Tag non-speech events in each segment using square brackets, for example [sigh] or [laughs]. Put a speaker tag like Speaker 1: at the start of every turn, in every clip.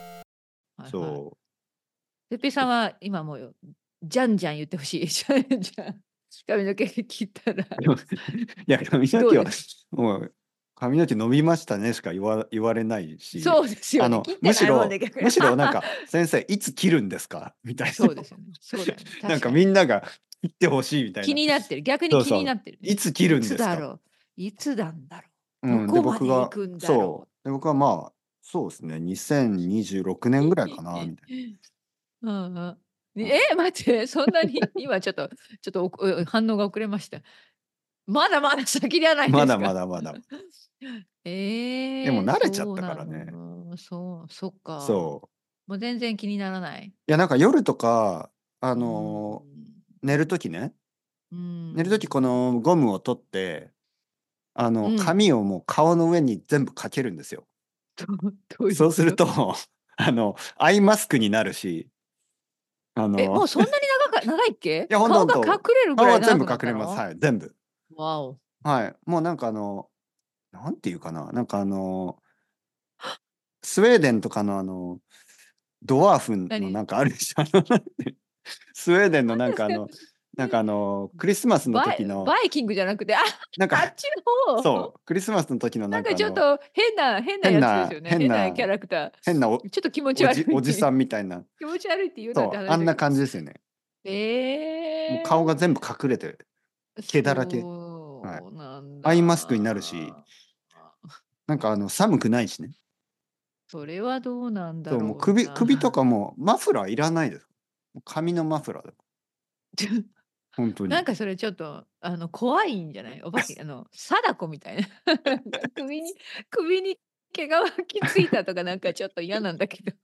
Speaker 1: はいはい。
Speaker 2: そう。
Speaker 1: てっぺいさんは今もうじゃんじゃん言ってほしい。じゃんじゃん。髪の毛切ったら。
Speaker 2: でもいや、
Speaker 1: [laughs]
Speaker 2: 髪の毛
Speaker 1: どう
Speaker 2: は
Speaker 1: で、
Speaker 2: もう、髪の毛伸びましたねしか言わ言われないし、
Speaker 1: そうですよ、
Speaker 2: あ
Speaker 1: ね。
Speaker 2: の
Speaker 1: 切って
Speaker 2: むし
Speaker 1: ないも
Speaker 2: ろ
Speaker 1: んね、逆に
Speaker 2: むしろなんか、先生、いつ切るんですかみたいな。
Speaker 1: [laughs] そうですよね。そうだよね。
Speaker 2: [laughs] なんか
Speaker 1: 確
Speaker 2: みんなが切ってほしいみた
Speaker 1: か
Speaker 2: い
Speaker 1: に気に
Speaker 2: な。
Speaker 1: なってる。逆
Speaker 2: そ
Speaker 1: に
Speaker 2: う
Speaker 1: 気
Speaker 2: そう
Speaker 1: になってるね、
Speaker 2: いつ切るんです
Speaker 1: いつだ
Speaker 2: か
Speaker 1: ろういつなんだろ
Speaker 2: うん、
Speaker 1: ど
Speaker 2: で
Speaker 1: こまで
Speaker 2: 僕が
Speaker 1: 行くんだろう
Speaker 2: そうで僕はまあそうですね2026年ぐらいかなみたいな
Speaker 1: う。うんうんねえ、待って、そんなに今ちょっと、ちょっとおお反応が遅れました。まだまだ先じゃないです
Speaker 2: ま
Speaker 1: か。
Speaker 2: だま。だまだ
Speaker 1: ええ
Speaker 2: も慣れちゃったから
Speaker 1: そう
Speaker 2: ね
Speaker 1: なのそう、そっか。
Speaker 2: そ
Speaker 1: う。
Speaker 2: う
Speaker 1: もう全然気にならない。
Speaker 2: いやなんか夜とかあのー寝る時ね
Speaker 1: うん、うん
Speaker 2: 寝
Speaker 1: [laughs]
Speaker 2: る時このゴムを取ってあの、
Speaker 1: うん
Speaker 2: 髪をもう顔の上に全部かけるんですよ
Speaker 1: どどい
Speaker 2: そうする
Speaker 1: こと
Speaker 2: [laughs] あのアイマスクになるしあの
Speaker 1: え、もうそんなに
Speaker 2: [laughs]
Speaker 1: 長か長いっけ
Speaker 2: いやほんと
Speaker 1: 顔が
Speaker 2: ほんと
Speaker 1: 隠れるぐ
Speaker 2: 顔
Speaker 1: らい
Speaker 2: は
Speaker 1: 長
Speaker 2: 全
Speaker 1: く
Speaker 2: 部
Speaker 1: なっ
Speaker 2: 隠
Speaker 1: た
Speaker 2: れ
Speaker 1: の
Speaker 2: ますはい全部
Speaker 1: わお。
Speaker 2: はいもうなんかあのなんていうかななんかあのスウェーデンとかのあのドワーフの
Speaker 1: 何
Speaker 2: なんかあるでしょあのなんてスウェーデンのなんかあのなんかあのクリスマスの
Speaker 1: バイ
Speaker 2: 時の
Speaker 1: バイキングじゃな
Speaker 2: [laughs]
Speaker 1: くて、あ、
Speaker 2: なん
Speaker 1: あっ
Speaker 2: か
Speaker 1: ちの方。
Speaker 2: そうクリスマスの時の
Speaker 1: な
Speaker 2: なんん
Speaker 1: か
Speaker 2: か
Speaker 1: ちょっ
Speaker 2: あの
Speaker 1: と変な変なやつですよね。
Speaker 2: 変
Speaker 1: 変
Speaker 2: な
Speaker 1: な
Speaker 2: 変な
Speaker 1: キャラクタ
Speaker 2: 変なお
Speaker 1: ー。ちょっと気持
Speaker 2: お
Speaker 1: ち悪い
Speaker 2: じ。おじさ
Speaker 1: ん。
Speaker 2: んみたいな
Speaker 1: [laughs] 気持ち悪いって言う
Speaker 2: そ
Speaker 1: なんて
Speaker 2: うあんな感じですよね
Speaker 1: じ。え
Speaker 2: も
Speaker 1: え
Speaker 2: う顔が全部隠れてる毛だらけ
Speaker 1: そう
Speaker 2: はい
Speaker 1: なんだ
Speaker 2: アイマスクになるし。なんかあの寒くないしね
Speaker 1: それはどうなんだ
Speaker 2: そ
Speaker 1: ろ
Speaker 2: う
Speaker 1: うな。
Speaker 2: もう首首
Speaker 1: [laughs]
Speaker 2: とかもマフラーいらないですもう髪のマフラーだ本当に
Speaker 1: なんかそれちょっとあの怖いんじゃないお化けあの貞子みたいな [laughs] 首
Speaker 2: [laughs]
Speaker 1: に首に毛が巻きついたとかなんかちょっと嫌なんだ
Speaker 2: [laughs]
Speaker 1: けど
Speaker 2: い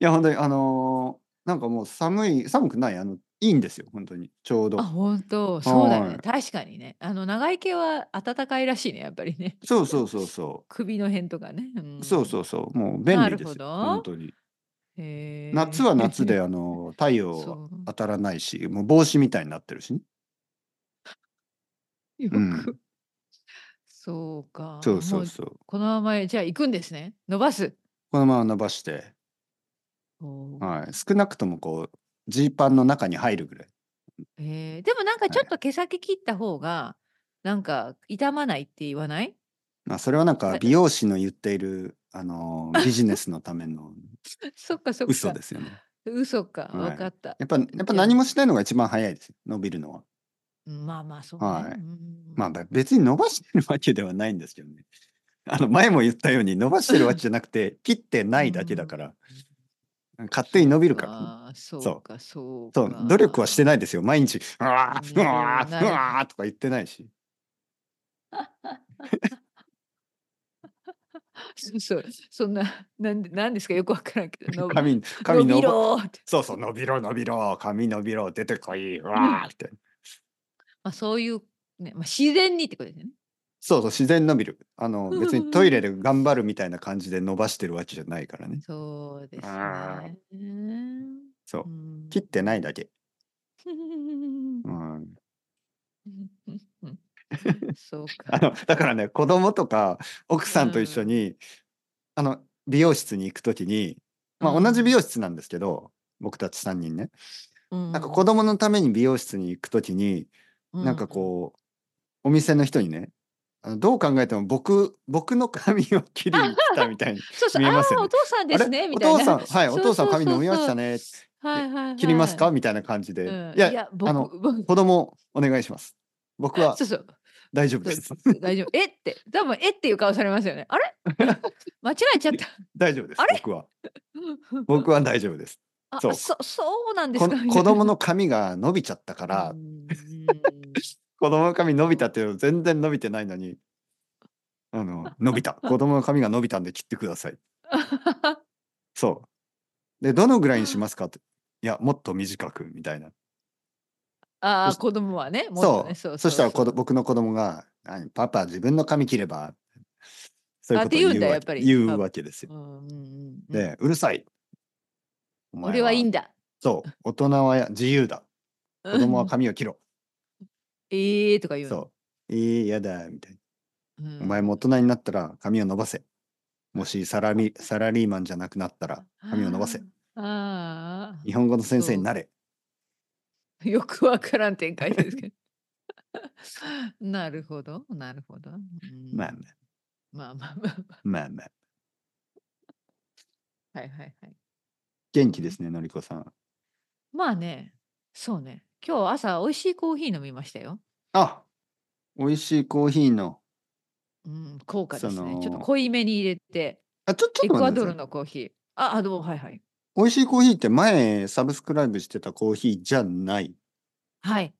Speaker 2: や本当にあのーなんかもう寒い寒くないあのいいんですよ本当にちょうど
Speaker 1: あ本当そうだよ
Speaker 2: は
Speaker 1: ね
Speaker 2: い
Speaker 1: 確かにねあの長い毛は暖かいらしいねやっぱりね
Speaker 2: そうそうそうそ
Speaker 1: 首の辺とかね、
Speaker 2: うそうそううそうもう便利です
Speaker 1: なるほ
Speaker 2: よ
Speaker 1: ど
Speaker 2: 本当に
Speaker 1: んへー
Speaker 2: 夏は夏で
Speaker 1: [laughs] そ
Speaker 2: あの太陽は
Speaker 1: う
Speaker 2: 当たらないしもう帽子みたいになってるしね
Speaker 1: よく、
Speaker 2: うん
Speaker 1: そうか
Speaker 2: そうそう
Speaker 1: もう
Speaker 2: そう
Speaker 1: このままじゃあ行くんですね伸ばす
Speaker 2: このまま伸ばして、
Speaker 1: おー
Speaker 2: はい、少なくともこうジーパンの中に入るぐらい
Speaker 1: えーでもなんかちょっと毛先切った方がなんか傷まないって言わない
Speaker 2: まあそれはなんか
Speaker 1: え
Speaker 2: 美容師の言っているあの
Speaker 1: [laughs]
Speaker 2: ービジネスのための
Speaker 1: そっかそっか。
Speaker 2: 嘘ですよね
Speaker 1: 嘘か、
Speaker 2: はい
Speaker 1: 分かった。
Speaker 2: やっぱやっ
Speaker 1: で
Speaker 2: ぱ何もしないのが一番早いですよ伸びるのは
Speaker 1: まあまあそうね。
Speaker 2: はい
Speaker 1: うん
Speaker 2: まあべ別に伸ばしてるわけではないんですけどね。あの前も言ったように伸ばしてるわけじゃなくて切ってないだけだから勝手に伸びるからね。
Speaker 1: ああ、そ
Speaker 2: そう
Speaker 1: うかそう
Speaker 2: そ
Speaker 1: か。
Speaker 2: う努力はして
Speaker 1: ない。
Speaker 2: ないですよ毎日「うわ
Speaker 1: う
Speaker 2: ー
Speaker 1: ん
Speaker 2: うわ
Speaker 1: な
Speaker 2: ー
Speaker 1: る
Speaker 2: うわー」とか言ってないし
Speaker 1: [laughs] そうそうそんななんでなんですかよくわからんけ
Speaker 2: [laughs]
Speaker 1: ど。伸び
Speaker 2: 髪髪
Speaker 1: 伸
Speaker 2: 伸
Speaker 1: び
Speaker 2: ば
Speaker 1: ろーって。
Speaker 2: そうそう伸びろ伸びろ髪伸びろ出てこいうわーって
Speaker 1: まあそういうね、まあ自然にってことですよね。
Speaker 2: そうそう自然伸びるあの
Speaker 1: うん
Speaker 2: 別にトイレで頑張るみたいな感じで伸ばしてるわけじゃないからね
Speaker 1: そうです
Speaker 2: あ
Speaker 1: ね。うん
Speaker 2: そう切ってないだけ、
Speaker 1: うん
Speaker 2: うん、
Speaker 1: [laughs] そうか。
Speaker 2: あのだからね子供とか奥さんと一緒
Speaker 1: うん
Speaker 2: に、あの美容室に行くときに、まあ、
Speaker 1: うん
Speaker 2: 同じ美容室なんですけど、僕たち3人ね
Speaker 1: な
Speaker 2: なんか子供のために美容室に行くときに、なんかこうお店の人にねあのどう考えても僕僕の髪を切りに来たみたいに
Speaker 1: そうそう、
Speaker 2: 見え
Speaker 1: ああ
Speaker 2: ますよ
Speaker 1: ー、
Speaker 2: ね
Speaker 1: お父さんですね、
Speaker 2: あれ
Speaker 1: み
Speaker 2: お
Speaker 1: たいな。
Speaker 2: 父さんはいお
Speaker 1: そ
Speaker 2: 父さん
Speaker 1: うそうそう
Speaker 2: 髪
Speaker 1: そう
Speaker 2: 伸びましたね
Speaker 1: はいはいはい、
Speaker 2: 切りますかみたいな感じで、
Speaker 1: うん、
Speaker 2: い
Speaker 1: い
Speaker 2: や
Speaker 1: や、僕
Speaker 2: あの
Speaker 1: 僕 [laughs]
Speaker 2: 子供お願いします僕は
Speaker 1: そうそう、
Speaker 2: 大丈夫です
Speaker 1: 大丈夫。えって、多分えっていう顔されますよね。あ
Speaker 2: [laughs]
Speaker 1: れ間違えちゃった。
Speaker 2: 大丈夫です
Speaker 1: あれ
Speaker 2: 僕は僕は大丈夫です
Speaker 1: あ
Speaker 2: そう
Speaker 1: そそうなんです
Speaker 2: こ
Speaker 1: か
Speaker 2: の
Speaker 1: みた
Speaker 2: 子
Speaker 1: いな
Speaker 2: 供の髪が伸びちゃったから
Speaker 1: う、ん
Speaker 2: 子供の髪伸びたっていうの全然伸びてないのに、あの、伸
Speaker 1: [laughs]
Speaker 2: びた。子供の髪が伸びたんで切ってください。そう。で、どのぐらいにしますかって。いや、もっと短く、みたいな。
Speaker 1: あ
Speaker 2: そ
Speaker 1: あ、
Speaker 2: し
Speaker 1: 子供はね、もっ
Speaker 2: そ
Speaker 1: と
Speaker 2: う。
Speaker 1: ね
Speaker 2: そ
Speaker 1: そう
Speaker 2: したら子ど
Speaker 1: 供
Speaker 2: 僕の子供が、あパパ、自分の髪切れば。そういう
Speaker 1: あ
Speaker 2: こ
Speaker 1: っ
Speaker 2: と
Speaker 1: て
Speaker 2: を
Speaker 1: 言うん
Speaker 2: 言
Speaker 1: だ
Speaker 2: うわ
Speaker 1: やっぱ
Speaker 2: け
Speaker 1: り
Speaker 2: 言
Speaker 1: あ
Speaker 2: うわけですよ。
Speaker 1: で、
Speaker 2: で、うるさい。お前
Speaker 1: 俺はいいんだ。
Speaker 2: そう。大人は自由だ。子供は髪を切ろ
Speaker 1: ええー、とか言
Speaker 2: う。
Speaker 1: うの。
Speaker 2: そう。えー、やだ、みたい
Speaker 1: う
Speaker 2: な。
Speaker 1: ん
Speaker 2: お前も大人になったら髪を伸ばせ。もしサラリサラリーマンじゃなくなったら髪を伸ばせ。
Speaker 1: あー
Speaker 2: 日本語の先生になれ。
Speaker 1: あー。よくわからん展開ですけ
Speaker 2: [laughs]
Speaker 1: ど。なるほど、なるほど。うん
Speaker 2: まあま
Speaker 1: まあ
Speaker 2: あ
Speaker 1: まあまあま
Speaker 2: まあまあ。
Speaker 1: あ。 [laughs] はいはいはい。
Speaker 2: 元気ですね、のりこさん。
Speaker 1: まあね、そうね。今日朝、美味しいコーヒー飲みましたよ。
Speaker 2: あ美味しいコーヒーの。
Speaker 1: うん、効果です
Speaker 2: そ
Speaker 1: ね
Speaker 2: の。
Speaker 1: ちょっと濃いめに入れて、
Speaker 2: あ、ちょ、ちょ
Speaker 1: エ
Speaker 2: っと
Speaker 1: ク
Speaker 2: 待
Speaker 1: ア
Speaker 2: って
Speaker 1: ド
Speaker 2: くだ
Speaker 1: ル
Speaker 2: さい。
Speaker 1: のコーヒー。あ、あ、どうも、はいはい。
Speaker 2: 美味しいコーヒーって前サブスクライブしてたコーヒーじゃない。
Speaker 1: はい。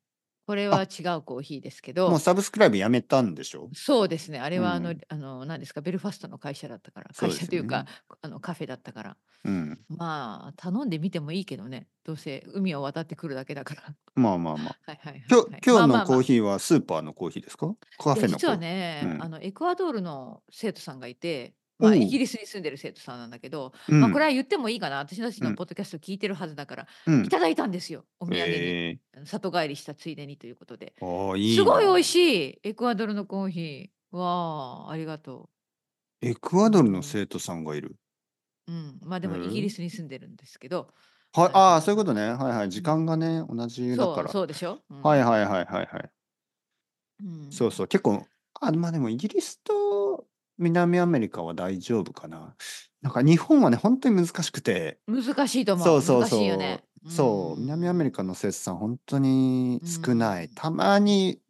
Speaker 1: これは違うコーヒーですけ
Speaker 2: もう
Speaker 1: ど、
Speaker 2: サブスクライブやめたんでしょ
Speaker 1: そうですね。あれはあの、
Speaker 2: うん
Speaker 1: あの、何ですか、ベルファストの会社だったから、
Speaker 2: そう
Speaker 1: 会
Speaker 2: ですよね
Speaker 1: 社というか、あのカフェだったから。
Speaker 2: うん。
Speaker 1: まあ、頼んでみてもいいけどね。どうせ海を渡ってくるだけだから。 [laughs]
Speaker 2: まあまあまあ。
Speaker 1: はいはい、はい。
Speaker 2: 今日、今日のコー
Speaker 1: ヒ
Speaker 2: ヒーはスーパーのコーヒーですかカフェのコーヒー。
Speaker 1: 実はね、
Speaker 2: うん
Speaker 1: あの、エクアドルの生徒さんがいて、まあ、
Speaker 2: おう
Speaker 1: イギリスに住んでる生徒さんなんだけど、
Speaker 2: うん、
Speaker 1: まあ、これは言ってもいいかな。私たち
Speaker 2: う
Speaker 1: の
Speaker 2: ん
Speaker 1: ポッドキャスト聞いてるはずだから、
Speaker 2: うん
Speaker 1: いただいたんですよ。お土産に、
Speaker 2: え
Speaker 1: あの里帰りしたついでにということで。
Speaker 2: ー、ああ、いい。
Speaker 1: すごい美味
Speaker 2: しい。
Speaker 1: しいエクアドルのコーヒー。わあ、ありがと
Speaker 2: エクアドルの生徒さんがいる。
Speaker 1: う。うん、まあでも
Speaker 2: へえ
Speaker 1: イギリスに住んでるんですけど、
Speaker 2: はい、
Speaker 1: あの
Speaker 2: ああ、そういうことね。はいはい。時間がね、同じだ
Speaker 1: そ
Speaker 2: か
Speaker 1: う
Speaker 2: ら。
Speaker 1: そうでしょ、うん
Speaker 2: はいはいはいはいはい。
Speaker 1: うん
Speaker 2: そうそう。結構、あ、まあでもイギリスと南アメリカは大丈夫かな。なんか日本はね、本当に難しくて。
Speaker 1: 難しいと思う。
Speaker 2: そうそう
Speaker 1: 難し
Speaker 2: そう。
Speaker 1: いよね、
Speaker 2: そう、南アメ
Speaker 1: リ
Speaker 2: リカの生徒さん、本当に少ない。
Speaker 1: うん
Speaker 2: たまに、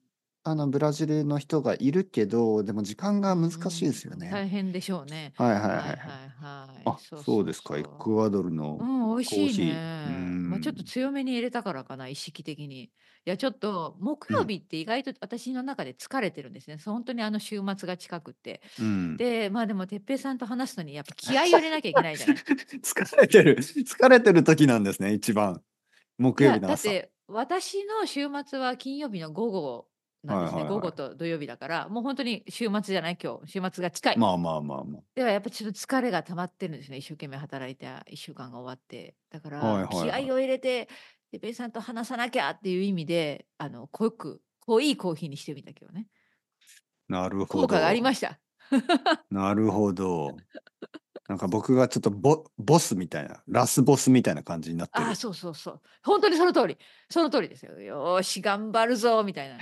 Speaker 2: あの、ブラジルの人がいるけど、でも時間が難しいですよ
Speaker 1: 大
Speaker 2: ね。
Speaker 1: 変でしょうね。
Speaker 2: はいはいはい
Speaker 1: はい
Speaker 2: は
Speaker 1: はいい。はい。
Speaker 2: あ、そうですか。エ
Speaker 1: う
Speaker 2: クアドルの。
Speaker 1: ん、美味しい
Speaker 2: コーヒ
Speaker 1: ね。
Speaker 2: ーうん
Speaker 1: まあちょっと強めに入れたからかな、意識的に。いや、ちょっと木曜日って意外と私の中で疲れてるんですね。そう本当にあの週末が近くって。
Speaker 2: うん。
Speaker 1: で、まあでも、てっぺいさんと話すのに、やっぱ気合いを入れなきゃいけないじゃない。
Speaker 2: [laughs] [laughs] 疲れてる。疲れてる時なんですね、一番。木
Speaker 1: いや
Speaker 2: 曜日の
Speaker 1: だっ
Speaker 2: 朝。
Speaker 1: て私の週末は金曜日の午後なんですね、
Speaker 2: はいはいはい
Speaker 1: 午後と土曜日だからもう本当に週末じゃない今日週末が近い、
Speaker 2: まあまあまあまあ。
Speaker 1: ではやっぱちょっと疲れが溜まってるんですね一生懸命働いた1週間が終わってだから
Speaker 2: はいはいはい
Speaker 1: 気合を入れててべいさんと話さなきゃっていう意味であの濃く濃いコーヒーにしてみたけどね
Speaker 2: なるほど。
Speaker 1: 効果がありました
Speaker 2: なる
Speaker 1: [laughs]
Speaker 2: ほど。なんか僕がちょっとボボスみたいな、ラスボスみたいな感じになってる
Speaker 1: ああ。そうそうそう本当にその通りその通りですよよーし頑張るぞみたいな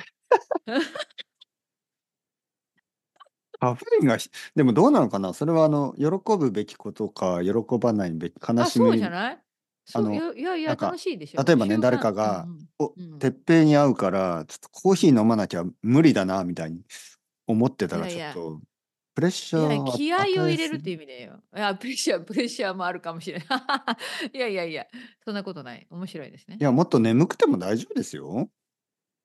Speaker 2: カフェインがひ、でもどうなのかなそれはあの、喜ぶべきことか、喜ばないべき、悲
Speaker 1: あ
Speaker 2: し
Speaker 1: そう
Speaker 2: み
Speaker 1: じゃ。ない
Speaker 2: あ
Speaker 1: そ
Speaker 2: の
Speaker 1: ういやいやい
Speaker 2: な
Speaker 1: や
Speaker 2: んか
Speaker 1: 楽しいでしょ
Speaker 2: 例えばね
Speaker 1: 習慣
Speaker 2: 誰かが
Speaker 1: うんうん
Speaker 2: お
Speaker 1: うん
Speaker 2: てっぺいに会うから、ちょっとコーヒー飲まなきゃ無理だな、みたいに思ってたら、
Speaker 1: い
Speaker 2: ちょ
Speaker 1: や
Speaker 2: っ
Speaker 1: いや
Speaker 2: と、プレッシ
Speaker 1: い
Speaker 2: ャ
Speaker 1: や
Speaker 2: ーを
Speaker 1: 気合を入れるって
Speaker 2: て
Speaker 1: 意味だよ。いや、プレッシャー、プレッシャーもあるかもしれない。い [laughs] やいやいや、そんなことない。面白いですね
Speaker 2: い。や、もっと眠くても大丈夫ですよ。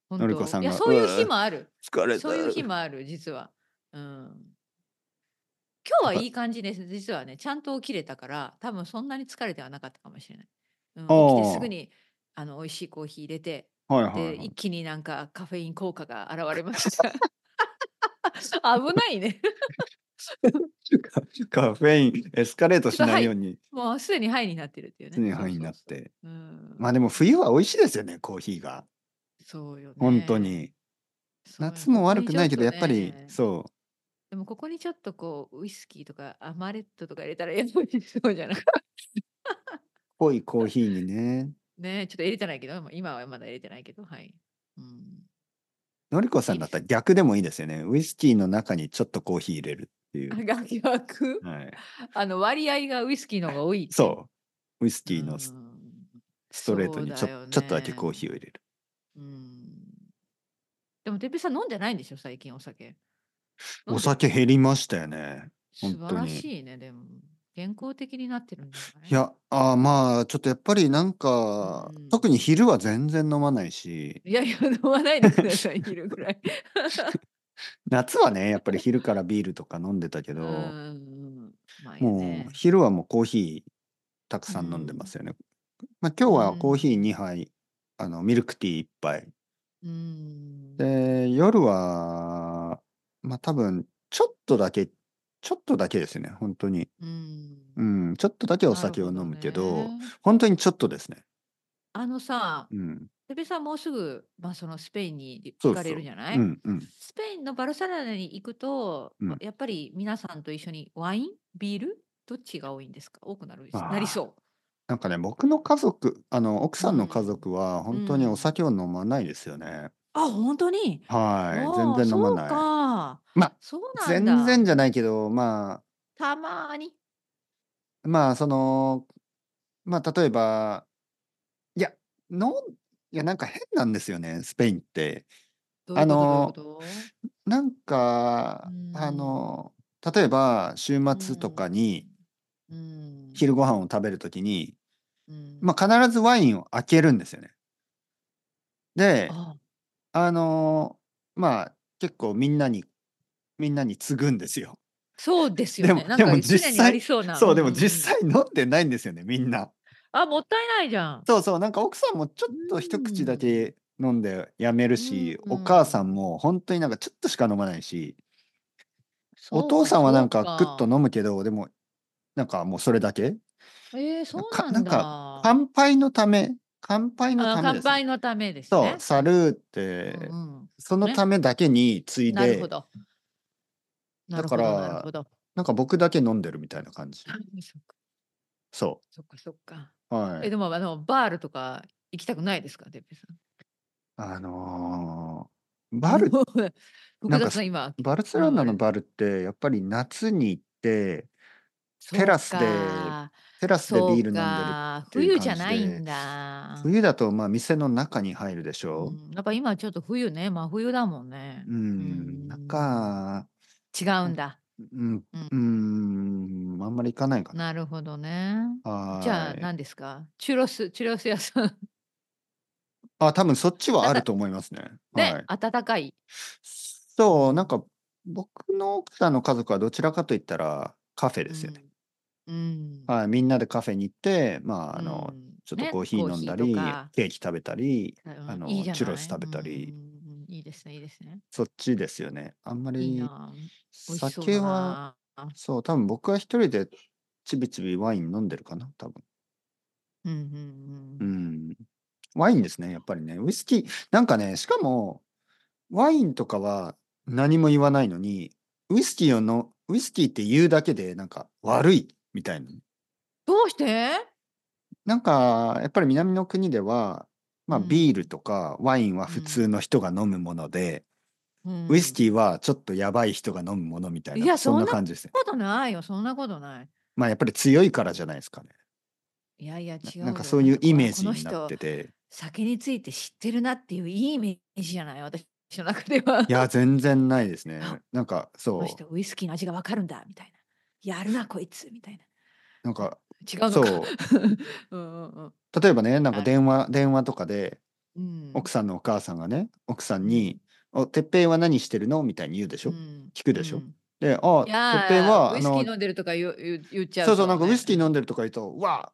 Speaker 1: 本
Speaker 2: のり
Speaker 1: 当
Speaker 2: こさん
Speaker 1: いや、
Speaker 2: が
Speaker 1: そういう
Speaker 2: う
Speaker 1: 日
Speaker 2: わ
Speaker 1: もある。
Speaker 2: 疲れた。
Speaker 1: そういう日もある、実は。うん。今日
Speaker 2: やっぱ
Speaker 1: はいい感じです。実はね、ちゃんと起きれたから、多分そんなに疲れてはなかったかもしれない。うん、起きてすぐにあの美味しいコーヒー入れて、
Speaker 2: はいはいは
Speaker 1: で、
Speaker 2: い
Speaker 1: 一気になんかカフェイン効果が現れました。 [laughs] 危ないね。 [laughs]
Speaker 2: カフェイン、エスカレートしないように、
Speaker 1: もうすでにハイになってるっていうね。
Speaker 2: 常に範囲になっ
Speaker 1: そうそう
Speaker 2: て。
Speaker 1: そう。うん
Speaker 2: まあでも冬は美味しいですよね、コーヒーが。
Speaker 1: そうよね。
Speaker 2: 本当に。
Speaker 1: そう。
Speaker 2: 夏も悪くないけど、やっ
Speaker 1: ここ
Speaker 2: ぱ
Speaker 1: にち
Speaker 2: り
Speaker 1: ょっとね、
Speaker 2: そう。
Speaker 1: でもここにちょっとこう、ウイスキーとかアマレットとか入れたらやっぱり [laughs] そうじゃない
Speaker 2: 濃いコーヒーにね。
Speaker 1: ねえちょっと入れてないけど、もう今はまだ入れてないけど、はい。うん、
Speaker 2: のりこさんだったら逆でもいいですよね。ウイスキーの中にちょっとコーヒー入れるってい
Speaker 1: あ [laughs]
Speaker 2: う。
Speaker 1: 楽
Speaker 2: [laughs]
Speaker 1: 曲、
Speaker 2: はい、
Speaker 1: あの割合がウイスキーの方が多い。
Speaker 2: そう。ウイスキー
Speaker 1: うん
Speaker 2: のスストレートにちょ,、
Speaker 1: そうだよね
Speaker 2: ちょっとだけコーヒーを入れる。
Speaker 1: うん。でも、てっぺいさん飲んでないんでしょ、最近お酒。
Speaker 2: お酒減りましたよね。
Speaker 1: 飲んで素
Speaker 2: 本
Speaker 1: 晴
Speaker 2: 当
Speaker 1: ら
Speaker 2: に
Speaker 1: しいね、でも。健康的になってるんじゃない
Speaker 2: いや、あーまあ、ちょっとやっぱりなんか、
Speaker 1: うん
Speaker 2: 特に昼は全然飲まないし、
Speaker 1: [laughs] いやいや、飲まないでください、昼ぐら
Speaker 2: [laughs]
Speaker 1: い。
Speaker 2: 夏はね、やっぱり昼からビールとか飲んでたけ
Speaker 1: う
Speaker 2: ど、
Speaker 1: ん。まあいいよ
Speaker 2: も
Speaker 1: ね
Speaker 2: う。昼はもうコーヒーたくさん飲んでますよね。まあ今日はコーヒー2杯、あのミルクティー1杯、
Speaker 1: うん。
Speaker 2: で、夜は、まあ多分、ちょっとだけ、ちょっとだけですね、本当に。
Speaker 1: うん。
Speaker 2: うん、ちょっとだけお酒を飲むけど、本当にちょっとですね。
Speaker 1: あのさ、
Speaker 2: うん。
Speaker 1: ベさんもうすぐ、まあ、そのスペインに
Speaker 2: そ
Speaker 1: 行
Speaker 2: うそう
Speaker 1: かれるじゃない
Speaker 2: うんうん。
Speaker 1: スペインのバルセロナに行くと、
Speaker 2: うん
Speaker 1: まあやっぱり皆さんと一緒にワインビールどっちが多いんですか多くなる
Speaker 2: あー
Speaker 1: なりそう。
Speaker 2: なんかね、僕の家族、あの、奥さんの家
Speaker 1: うん
Speaker 2: 族は、本当に
Speaker 1: うん
Speaker 2: お酒を飲まないですよね。
Speaker 1: あ本当に
Speaker 2: はい。
Speaker 1: あー
Speaker 2: 全然飲まない。
Speaker 1: そうか。
Speaker 2: まあ
Speaker 1: そうなんだ
Speaker 2: 全然じゃないけど、ま
Speaker 1: たまーに。
Speaker 2: あ、まあ、その、まあ、例えば、いや、の、いや、なんか変なんですよね、スペインって。
Speaker 1: どういうこと
Speaker 2: あのー
Speaker 1: どういうこと
Speaker 2: なんか、あ
Speaker 1: うん
Speaker 2: の、例えば、週末とかに、
Speaker 1: うん、
Speaker 2: 昼ご飯を食べるときに、
Speaker 1: うん
Speaker 2: まあ、必ずワインを開けるんですよね。で、
Speaker 1: あ
Speaker 2: あのーまあ結構みんなにみんなに継ぐんですよ。
Speaker 1: そうですよ
Speaker 2: で
Speaker 1: ね。
Speaker 2: も
Speaker 1: なん
Speaker 2: で
Speaker 1: か
Speaker 2: も
Speaker 1: 常
Speaker 2: 実
Speaker 1: に
Speaker 2: 際
Speaker 1: ありそうな。
Speaker 2: そうで
Speaker 1: ん
Speaker 2: も
Speaker 1: んん
Speaker 2: 実。際飲んでないんですよねみんな。
Speaker 1: あもったいないじゃん。
Speaker 2: そうそうなんか奥さんもちょっと一口だけ飲んでやめるし、
Speaker 1: うん
Speaker 2: お母さんも本当になんかちょっとしか飲まないし、
Speaker 1: そう
Speaker 2: お
Speaker 1: か
Speaker 2: 父さんはなん
Speaker 1: そ
Speaker 2: か
Speaker 1: う
Speaker 2: クッと飲むけどでもなんかもうそれだけ
Speaker 1: えー、そう
Speaker 2: か
Speaker 1: なんだ。
Speaker 2: なんか乾杯のため乾杯の
Speaker 1: あ
Speaker 2: ため
Speaker 1: 乾
Speaker 2: ですね、
Speaker 1: 杯のためです
Speaker 2: そう
Speaker 1: ね。
Speaker 2: サルーって、
Speaker 1: うんうん
Speaker 2: そのためだけに継い
Speaker 1: なる
Speaker 2: で
Speaker 1: ほど。な
Speaker 2: だ
Speaker 1: る
Speaker 2: か
Speaker 1: ほ
Speaker 2: ら
Speaker 1: ど。なるほど。 [laughs]
Speaker 2: なんか僕だけ飲んでるみたいな感じ。
Speaker 1: そっか
Speaker 2: そ
Speaker 1: そっかそっか。
Speaker 2: う。はい
Speaker 1: え、。でも、あの、バールとか行きたくないですか、デッペさん。
Speaker 2: あのーバル、な
Speaker 1: [laughs] 複
Speaker 2: んか
Speaker 1: 雑な今。
Speaker 2: バルセ
Speaker 1: う
Speaker 2: ロナ
Speaker 1: んあ
Speaker 2: の
Speaker 1: る
Speaker 2: バルって、やっぱり夏に行って、テラスでテラスでビール飲んでる。って
Speaker 1: で
Speaker 2: いう
Speaker 1: 冬じゃないんだ。
Speaker 2: 冬だと、まあ、店の中に入るでしょ
Speaker 1: うんやっぱ今ちょっと冬ね、真冬だもんね
Speaker 2: う。。うん、なんか、
Speaker 1: 違うんだ。
Speaker 2: うん、うん、あんまり行かないかな。
Speaker 1: なるほどね。
Speaker 2: は
Speaker 1: じゃあ
Speaker 2: ーい
Speaker 1: 何ですかチュロス、チュロス屋さん
Speaker 2: あ、多分そっちは
Speaker 1: なん
Speaker 2: あ
Speaker 1: か
Speaker 2: ると思いますね。は
Speaker 1: で
Speaker 2: い。
Speaker 1: 暖かい。
Speaker 2: そう、なんか、僕の奥さんの家族はどちらかといったら、カフェですよね。
Speaker 1: うん。うん
Speaker 2: はい、みんなでカフェに行って、まあ、あの、
Speaker 1: うん
Speaker 2: ちょっと
Speaker 1: ね
Speaker 2: コーヒー飲んだり、
Speaker 1: コーヒーとか
Speaker 2: ケーキ食べたり、
Speaker 1: うん
Speaker 2: あの
Speaker 1: いいじゃ
Speaker 2: チュロ
Speaker 1: ない
Speaker 2: ス食べたり
Speaker 1: うんいいですね、いいですね。
Speaker 2: そっちですよね。あんま
Speaker 1: いい
Speaker 2: り
Speaker 1: な。美味しそう
Speaker 2: 酒
Speaker 1: だ
Speaker 2: は、
Speaker 1: な。
Speaker 2: そう、多分僕は一人でちびちびワイン飲んでるかな、多分。
Speaker 1: うんうんう。
Speaker 2: うんん。ワインですね、やっぱりね。ウイスキー、なんかね、しかも、ワインとかは何も言わないのに、ウイスキーをの、ウイスキーって言うだけで、なんか悪いみたいな。
Speaker 1: どうして
Speaker 2: なんか、やっぱり南の国では、まあ、
Speaker 1: うん
Speaker 2: ビールとかワインは
Speaker 1: う
Speaker 2: 普
Speaker 1: ん
Speaker 2: 通の人が飲むもので、
Speaker 1: ウ
Speaker 2: ウイスキーはちょっとやばい人が飲むものみたいな、
Speaker 1: いや
Speaker 2: そんな
Speaker 1: そんな
Speaker 2: 感じですね。
Speaker 1: そんなことないよ、そんなことない。
Speaker 2: まあやっぱり強いからじゃないですかね。
Speaker 1: いやいや、違
Speaker 2: な
Speaker 1: うよ。
Speaker 2: なんかそういうイメージに
Speaker 1: こ
Speaker 2: なっ
Speaker 1: の
Speaker 2: て
Speaker 1: 人、
Speaker 2: て。
Speaker 1: 酒について知ってるなっていういいイメージじゃない、私の中では。
Speaker 2: いや、全然ないですね
Speaker 1: あ。
Speaker 2: なんか
Speaker 1: こ
Speaker 2: そ
Speaker 1: の人、ウイスキーの味がわかるんだ、みたいな。やるな、こいつ、みたいな。
Speaker 2: う。なんか、
Speaker 1: 違う
Speaker 2: そ
Speaker 1: の
Speaker 2: う
Speaker 1: か。。 [laughs] うんうんうん
Speaker 2: 例えばね、なんか
Speaker 1: はい
Speaker 2: 電話、電話とかで、
Speaker 1: うん。
Speaker 2: 奥さんのお母さんがね、奥さんに、お、てっぺいは何してるのみたいに言うでしょ
Speaker 1: うん
Speaker 2: 聞くでし
Speaker 1: う
Speaker 2: ょ
Speaker 1: ん
Speaker 2: で、あ、
Speaker 1: い
Speaker 2: てっ
Speaker 1: や
Speaker 2: ぺいは、
Speaker 1: ウ
Speaker 2: あ
Speaker 1: イスキ
Speaker 2: の
Speaker 1: ー、飲んでるとか言う言う言っちゃう、
Speaker 2: そうそう、なんかウイスキー
Speaker 1: の。
Speaker 2: 飲んでるとか言うと、うわあ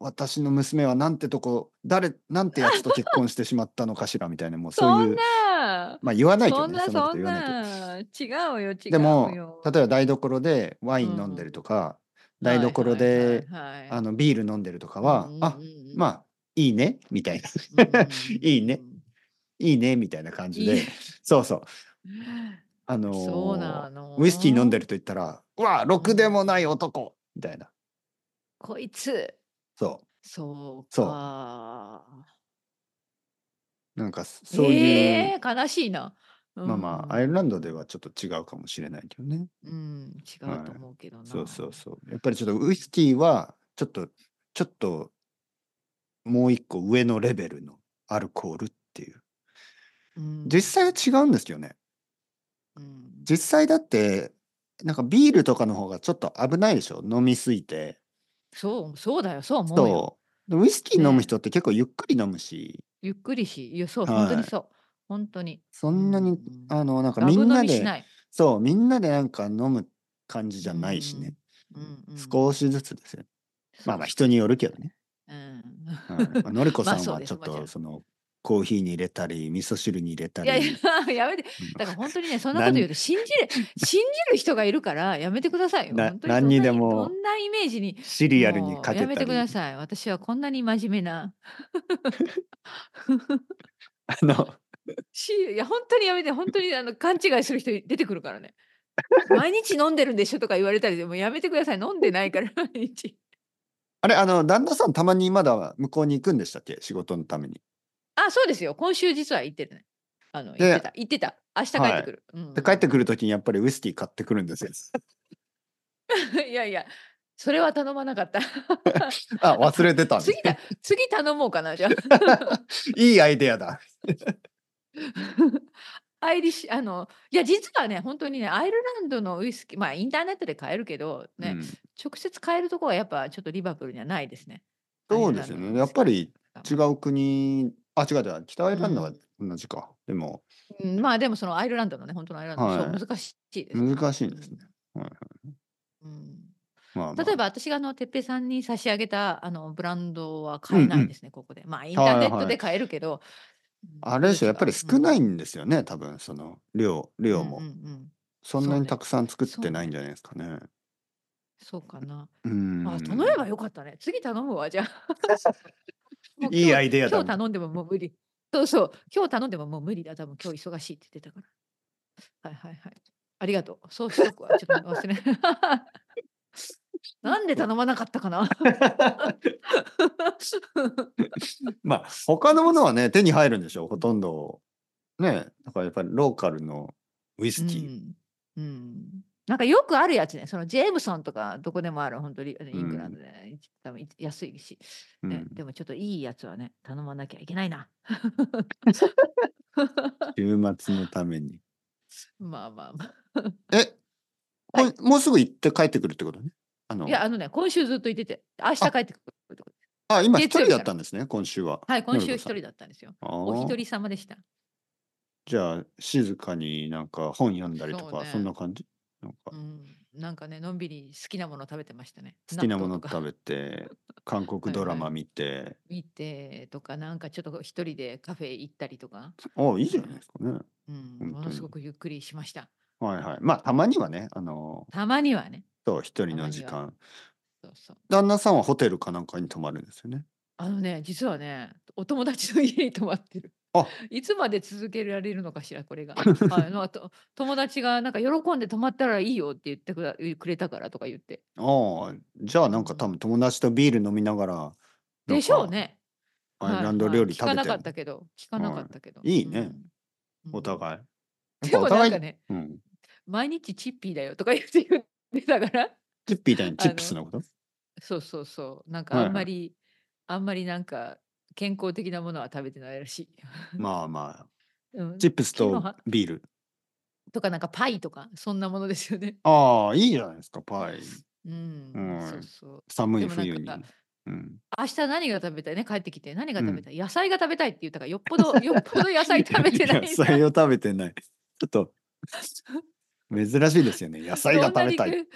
Speaker 2: 私の娘はなんてとこ、誰、なんてやつと結婚してしまったのかしらみたいな、もうそう
Speaker 1: そ
Speaker 2: い
Speaker 1: ん
Speaker 2: う、
Speaker 1: な、
Speaker 2: まあ言わないけ
Speaker 1: そ
Speaker 2: ど
Speaker 1: ん
Speaker 2: ね、
Speaker 1: な、
Speaker 2: そんなこ
Speaker 1: そ
Speaker 2: と
Speaker 1: ん
Speaker 2: 言わないけど。
Speaker 1: な、違うよ、違うよ。
Speaker 2: でも例えば台所でワイン飲んでるとか、台所で、あ
Speaker 1: の
Speaker 2: のビール飲んでるとかは、あまあ [laughs] いいねみたいないいねいいねみたいな感じ
Speaker 1: い
Speaker 2: で
Speaker 1: いね
Speaker 2: そうそうあのー
Speaker 1: [laughs] そうなの
Speaker 2: ウイスキー飲んでると言ったら「うわろくでもない男」みたいな
Speaker 1: こいつ
Speaker 2: そ
Speaker 1: そう
Speaker 2: そう
Speaker 1: か
Speaker 2: うなんかそういう、
Speaker 1: えー悲しいな
Speaker 2: まあまあアイルランドではちょっと違うかもしれないけどね
Speaker 1: うん違うと思うけどな
Speaker 2: そうそうそうやっぱりちょっとウイスキーはちょっとちょっともう一個上のレベルのアルコールっていう
Speaker 1: うん
Speaker 2: 実際は違うんですけどね
Speaker 1: うん
Speaker 2: 実際だってなんかビールとかの方がちょっと危ないでしょ飲みすぎて
Speaker 1: そうそうだよそう思うよ
Speaker 2: そうでウイスキー飲む
Speaker 1: ね
Speaker 2: 人って結構ゆっくり飲むし、
Speaker 1: ゆっくりしいやそう
Speaker 2: はい
Speaker 1: 本当にそう本当に
Speaker 2: そんな
Speaker 1: う
Speaker 2: に
Speaker 1: ん
Speaker 2: あのなんか
Speaker 1: ガブ
Speaker 2: みん
Speaker 1: 飲
Speaker 2: な
Speaker 1: みし
Speaker 2: で
Speaker 1: ない
Speaker 2: そうみんなでなんか飲む感じじゃないしね、
Speaker 1: うんうん
Speaker 2: 少しずつですよねまあまあ
Speaker 1: そう
Speaker 2: 人によるけどね、
Speaker 1: うん
Speaker 2: はいまあ、のりこ
Speaker 1: ま
Speaker 2: さ
Speaker 1: あ
Speaker 2: ん
Speaker 1: そう
Speaker 2: は
Speaker 1: で
Speaker 2: ち
Speaker 1: す
Speaker 2: ょっ
Speaker 1: もちろ
Speaker 2: と
Speaker 1: ん
Speaker 2: そのコーヒーに入れたり味噌汁に入れ
Speaker 1: [laughs]
Speaker 2: た
Speaker 1: い
Speaker 2: り
Speaker 1: やいや、 [laughs] やめて。
Speaker 2: うん
Speaker 1: だから本当にね、そんなこと言うと信じる、信じる人がいるから、やめてくださいよ。
Speaker 2: な
Speaker 1: 本当にそんな
Speaker 2: 何にでも
Speaker 1: そんなイメージに。
Speaker 2: シリアルに
Speaker 1: もう
Speaker 2: かけたり
Speaker 1: やめてください。私はこんなに真面目な。
Speaker 2: あの
Speaker 1: しいや本当にやめて本当にあの勘違いする人出てくるからね毎日飲んでるんでしょとか言われたりでもやめてください飲んでないから [laughs] 毎日
Speaker 2: あれあの旦那さんたまにまだ向こうに行くんでしたっけ仕事のために
Speaker 1: あそうですよ今週実は行ってるねあの
Speaker 2: で
Speaker 1: 行ってた行ってた明日帰ってくる、うん
Speaker 2: で帰ってくるときにやっぱりウイスキー買ってくる
Speaker 1: [laughs]
Speaker 2: んですよ
Speaker 1: いやいやそれは頼まなかった
Speaker 2: あ忘れ [laughs] てた
Speaker 1: 次だ [laughs] 次頼もうかなじゃあ [laughs]
Speaker 2: いいアイデアだ
Speaker 1: アイリッシュあのいや実はね本当にねアイルランドのウイスキーまあインターネットで買えるけどね、
Speaker 2: うん
Speaker 1: 直接買えるとこはやっぱちょっとリバプールにはないですね
Speaker 2: そうですよ
Speaker 1: アイ
Speaker 2: ね
Speaker 1: ル
Speaker 2: や
Speaker 1: ラ
Speaker 2: っ
Speaker 1: ン
Speaker 2: ぱ
Speaker 1: ドのウイスキー
Speaker 2: り違う国あ違う違う北アイルランド
Speaker 1: う
Speaker 2: は
Speaker 1: ん
Speaker 2: 同じか、でも
Speaker 1: うんまあでもそのアイルランドのね本当のアイルランド、
Speaker 2: はい
Speaker 1: そう難しいです、
Speaker 2: 難しいんですね、はいはい
Speaker 1: うん
Speaker 2: まあまあ
Speaker 1: 例えば私があのてっぺいさんに差し上げたあのブランドは買えないですね、ここでまあインターネットで買えるけど、
Speaker 2: あれでしょやっぱり少ないいんですよね、多分その量量も、
Speaker 1: うんうんうん
Speaker 2: そんな
Speaker 1: そう
Speaker 2: に
Speaker 1: ね
Speaker 2: たくさん作っ
Speaker 1: そう
Speaker 2: て
Speaker 1: ね
Speaker 2: ないんじゃないですかね。
Speaker 1: そうかな、
Speaker 2: うん
Speaker 1: あ頼めばよかったね次頼むわじゃ [laughs] あもう
Speaker 2: いい
Speaker 1: 今日
Speaker 2: アイデアだ
Speaker 1: 今日頼んでももう無理そうそう今日頼んでももう無理だ多分今日忙しいって言ってたからはいはいはいありがとうそうしとくわちょっと忘 [laughs] れなんで頼まなかったか [laughs] な
Speaker 2: まあ他のものはね手に入るんでしょうほとんど。ねだからやっぱりローカルのウイスキー。
Speaker 1: うんうんなんかよくあるやつね、そのジェームソンとかどこでもある、本当にあのイングランドで、多分い安いし、ね
Speaker 2: うん
Speaker 1: でもちょっといいやつはね、頼まなきゃいけないな。
Speaker 2: 週末のために。
Speaker 1: まあまあま
Speaker 2: え、こ
Speaker 1: はい
Speaker 2: い、もうすぐ行って帰ってくるってことね。あ
Speaker 1: あ。
Speaker 2: の
Speaker 1: いや、あのね、今週ずっといてて、明日帰ってくるってことです。
Speaker 2: あ今一
Speaker 1: 月曜
Speaker 2: 人
Speaker 1: 日
Speaker 2: だ
Speaker 1: から
Speaker 2: ったんですね今週は。
Speaker 1: はい、今週
Speaker 2: な
Speaker 1: 一
Speaker 2: るほど
Speaker 1: 人だったんですよ。
Speaker 2: あ
Speaker 1: お一
Speaker 2: ー
Speaker 1: 人様でした。
Speaker 2: じゃあ静かになんか本読んだりと
Speaker 1: そう
Speaker 2: か
Speaker 1: ね
Speaker 2: そんな感じなんか
Speaker 1: うん、なんかね、のんびり好きなもの食べてましたね。
Speaker 2: 好きなもの
Speaker 1: 納豆とか
Speaker 2: 食べ
Speaker 1: [laughs]
Speaker 2: て韓国ドラマ見て。
Speaker 1: 見てとか、なんかちょっと一人でカフェ行ったりとか、
Speaker 2: あいいじゃないですかね。
Speaker 1: うん、
Speaker 2: 当に
Speaker 1: ものすごくゆっくりしました。
Speaker 2: はいはい。まあたまにはねあの
Speaker 1: たまにはね。
Speaker 2: そう
Speaker 1: た
Speaker 2: 一人
Speaker 1: まに
Speaker 2: の
Speaker 1: は
Speaker 2: 時間。
Speaker 1: そうそう
Speaker 2: 旦那さんはホテルかなんかに泊まるんですよね。
Speaker 1: あのね、実はね、お友達の家に泊まってる。
Speaker 2: あ
Speaker 1: [laughs] いつまで続けられるのかしら、これ
Speaker 2: [laughs]
Speaker 1: が。あのあと友達がなんか喜んで泊まったらいいよって言ってくだくれたからとか言って。
Speaker 2: ああじゃあなんか多分友達とビール飲みながら。
Speaker 1: でしょう。ね。
Speaker 2: アイルランド
Speaker 1: はい
Speaker 2: 料
Speaker 1: は
Speaker 2: 理食
Speaker 1: い聞
Speaker 2: べ
Speaker 1: かなか
Speaker 2: て
Speaker 1: ったけど、聞かなかったけど。
Speaker 2: いいね
Speaker 1: うん。
Speaker 2: お互い。
Speaker 1: い [laughs]
Speaker 2: やっ
Speaker 1: で
Speaker 2: ぱ
Speaker 1: も
Speaker 2: お
Speaker 1: な
Speaker 2: 互
Speaker 1: ん
Speaker 2: い
Speaker 1: かね、 [laughs]
Speaker 2: うん。
Speaker 1: 毎日チッピーだよとか言って言ってたから。 [laughs]
Speaker 2: チッピーだよね
Speaker 1: あ
Speaker 2: チップスの
Speaker 1: の
Speaker 2: こと
Speaker 1: そうそうそう。なん
Speaker 2: は
Speaker 1: かあ
Speaker 2: いはい
Speaker 1: んまり、あんまりなんか健康的なものは食べてないらしい。
Speaker 2: まあまあ。
Speaker 1: うん
Speaker 2: チップス
Speaker 1: 昨
Speaker 2: と
Speaker 1: 日は
Speaker 2: ビール。
Speaker 1: とかなんかパイとか、そんなものですよね。
Speaker 2: ああいいじゃないですかパ
Speaker 1: [laughs]
Speaker 2: イ。
Speaker 1: うん、
Speaker 2: うん
Speaker 1: そうそう。
Speaker 2: 寒
Speaker 1: で
Speaker 2: い
Speaker 1: もなんか
Speaker 2: 冬に。うん。
Speaker 1: 明日何が食べたいね、帰ってきて、何が
Speaker 2: うん
Speaker 1: 食べたい、野菜が食べたいって言ったから、よっぽ
Speaker 2: [laughs]
Speaker 1: ど、よっぽど野菜食べてないんだ。
Speaker 2: 野菜を食べてない。ちょっと珍しいですよね。野菜が食べた。
Speaker 1: どんないにく。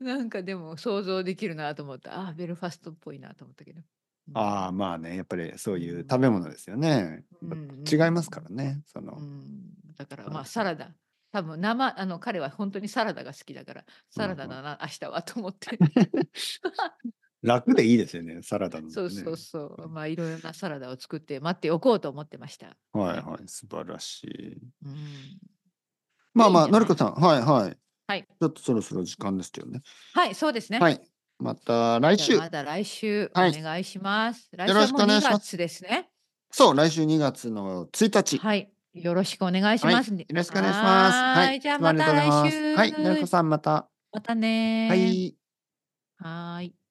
Speaker 1: なんかでも想像できるなと思った。あーベルファストっぽいなと思ったけど。うん
Speaker 2: ああまあねやっぱりそういううん食べ物ですよね。やっ
Speaker 1: うん
Speaker 2: ぱ違いますからねその。
Speaker 1: うん、だから
Speaker 2: そう
Speaker 1: まあ
Speaker 2: です
Speaker 1: サラダ。多分生あの彼は本当にサラダが好きだからサラダだな、明日はと思って
Speaker 2: 楽でいいですよね、サラダの、ね。
Speaker 1: [laughs] そうそうそうまあいろいろなサラダを作って待っておこうと思ってました、
Speaker 2: はいはい、素晴らしい。
Speaker 1: うん、
Speaker 2: まあまあ、
Speaker 1: いいんじゃな
Speaker 2: のり
Speaker 1: い
Speaker 2: こさん、はいはい。
Speaker 1: はい
Speaker 2: ちょっとそろそろ時間ですけどね。
Speaker 1: はいそうですね
Speaker 2: はい。また来
Speaker 1: じゃ
Speaker 2: 週
Speaker 1: あ。また来週お
Speaker 2: はい
Speaker 1: 願いします。来週
Speaker 2: よろしくお
Speaker 1: はもう
Speaker 2: 願い
Speaker 1: 2
Speaker 2: します
Speaker 1: 月ですね。
Speaker 2: そう、来週2月の1日。
Speaker 1: はい。よろしくお願いし
Speaker 2: はい
Speaker 1: ます。
Speaker 2: よろしくお願いします。
Speaker 1: はーい。じゃあ
Speaker 2: いつも
Speaker 1: ま
Speaker 2: りが
Speaker 1: た
Speaker 2: とうございま
Speaker 1: 来
Speaker 2: す
Speaker 1: 週。
Speaker 2: はい、のりこさんまた。
Speaker 1: またねー。
Speaker 2: は
Speaker 1: は
Speaker 2: い。
Speaker 1: ーい。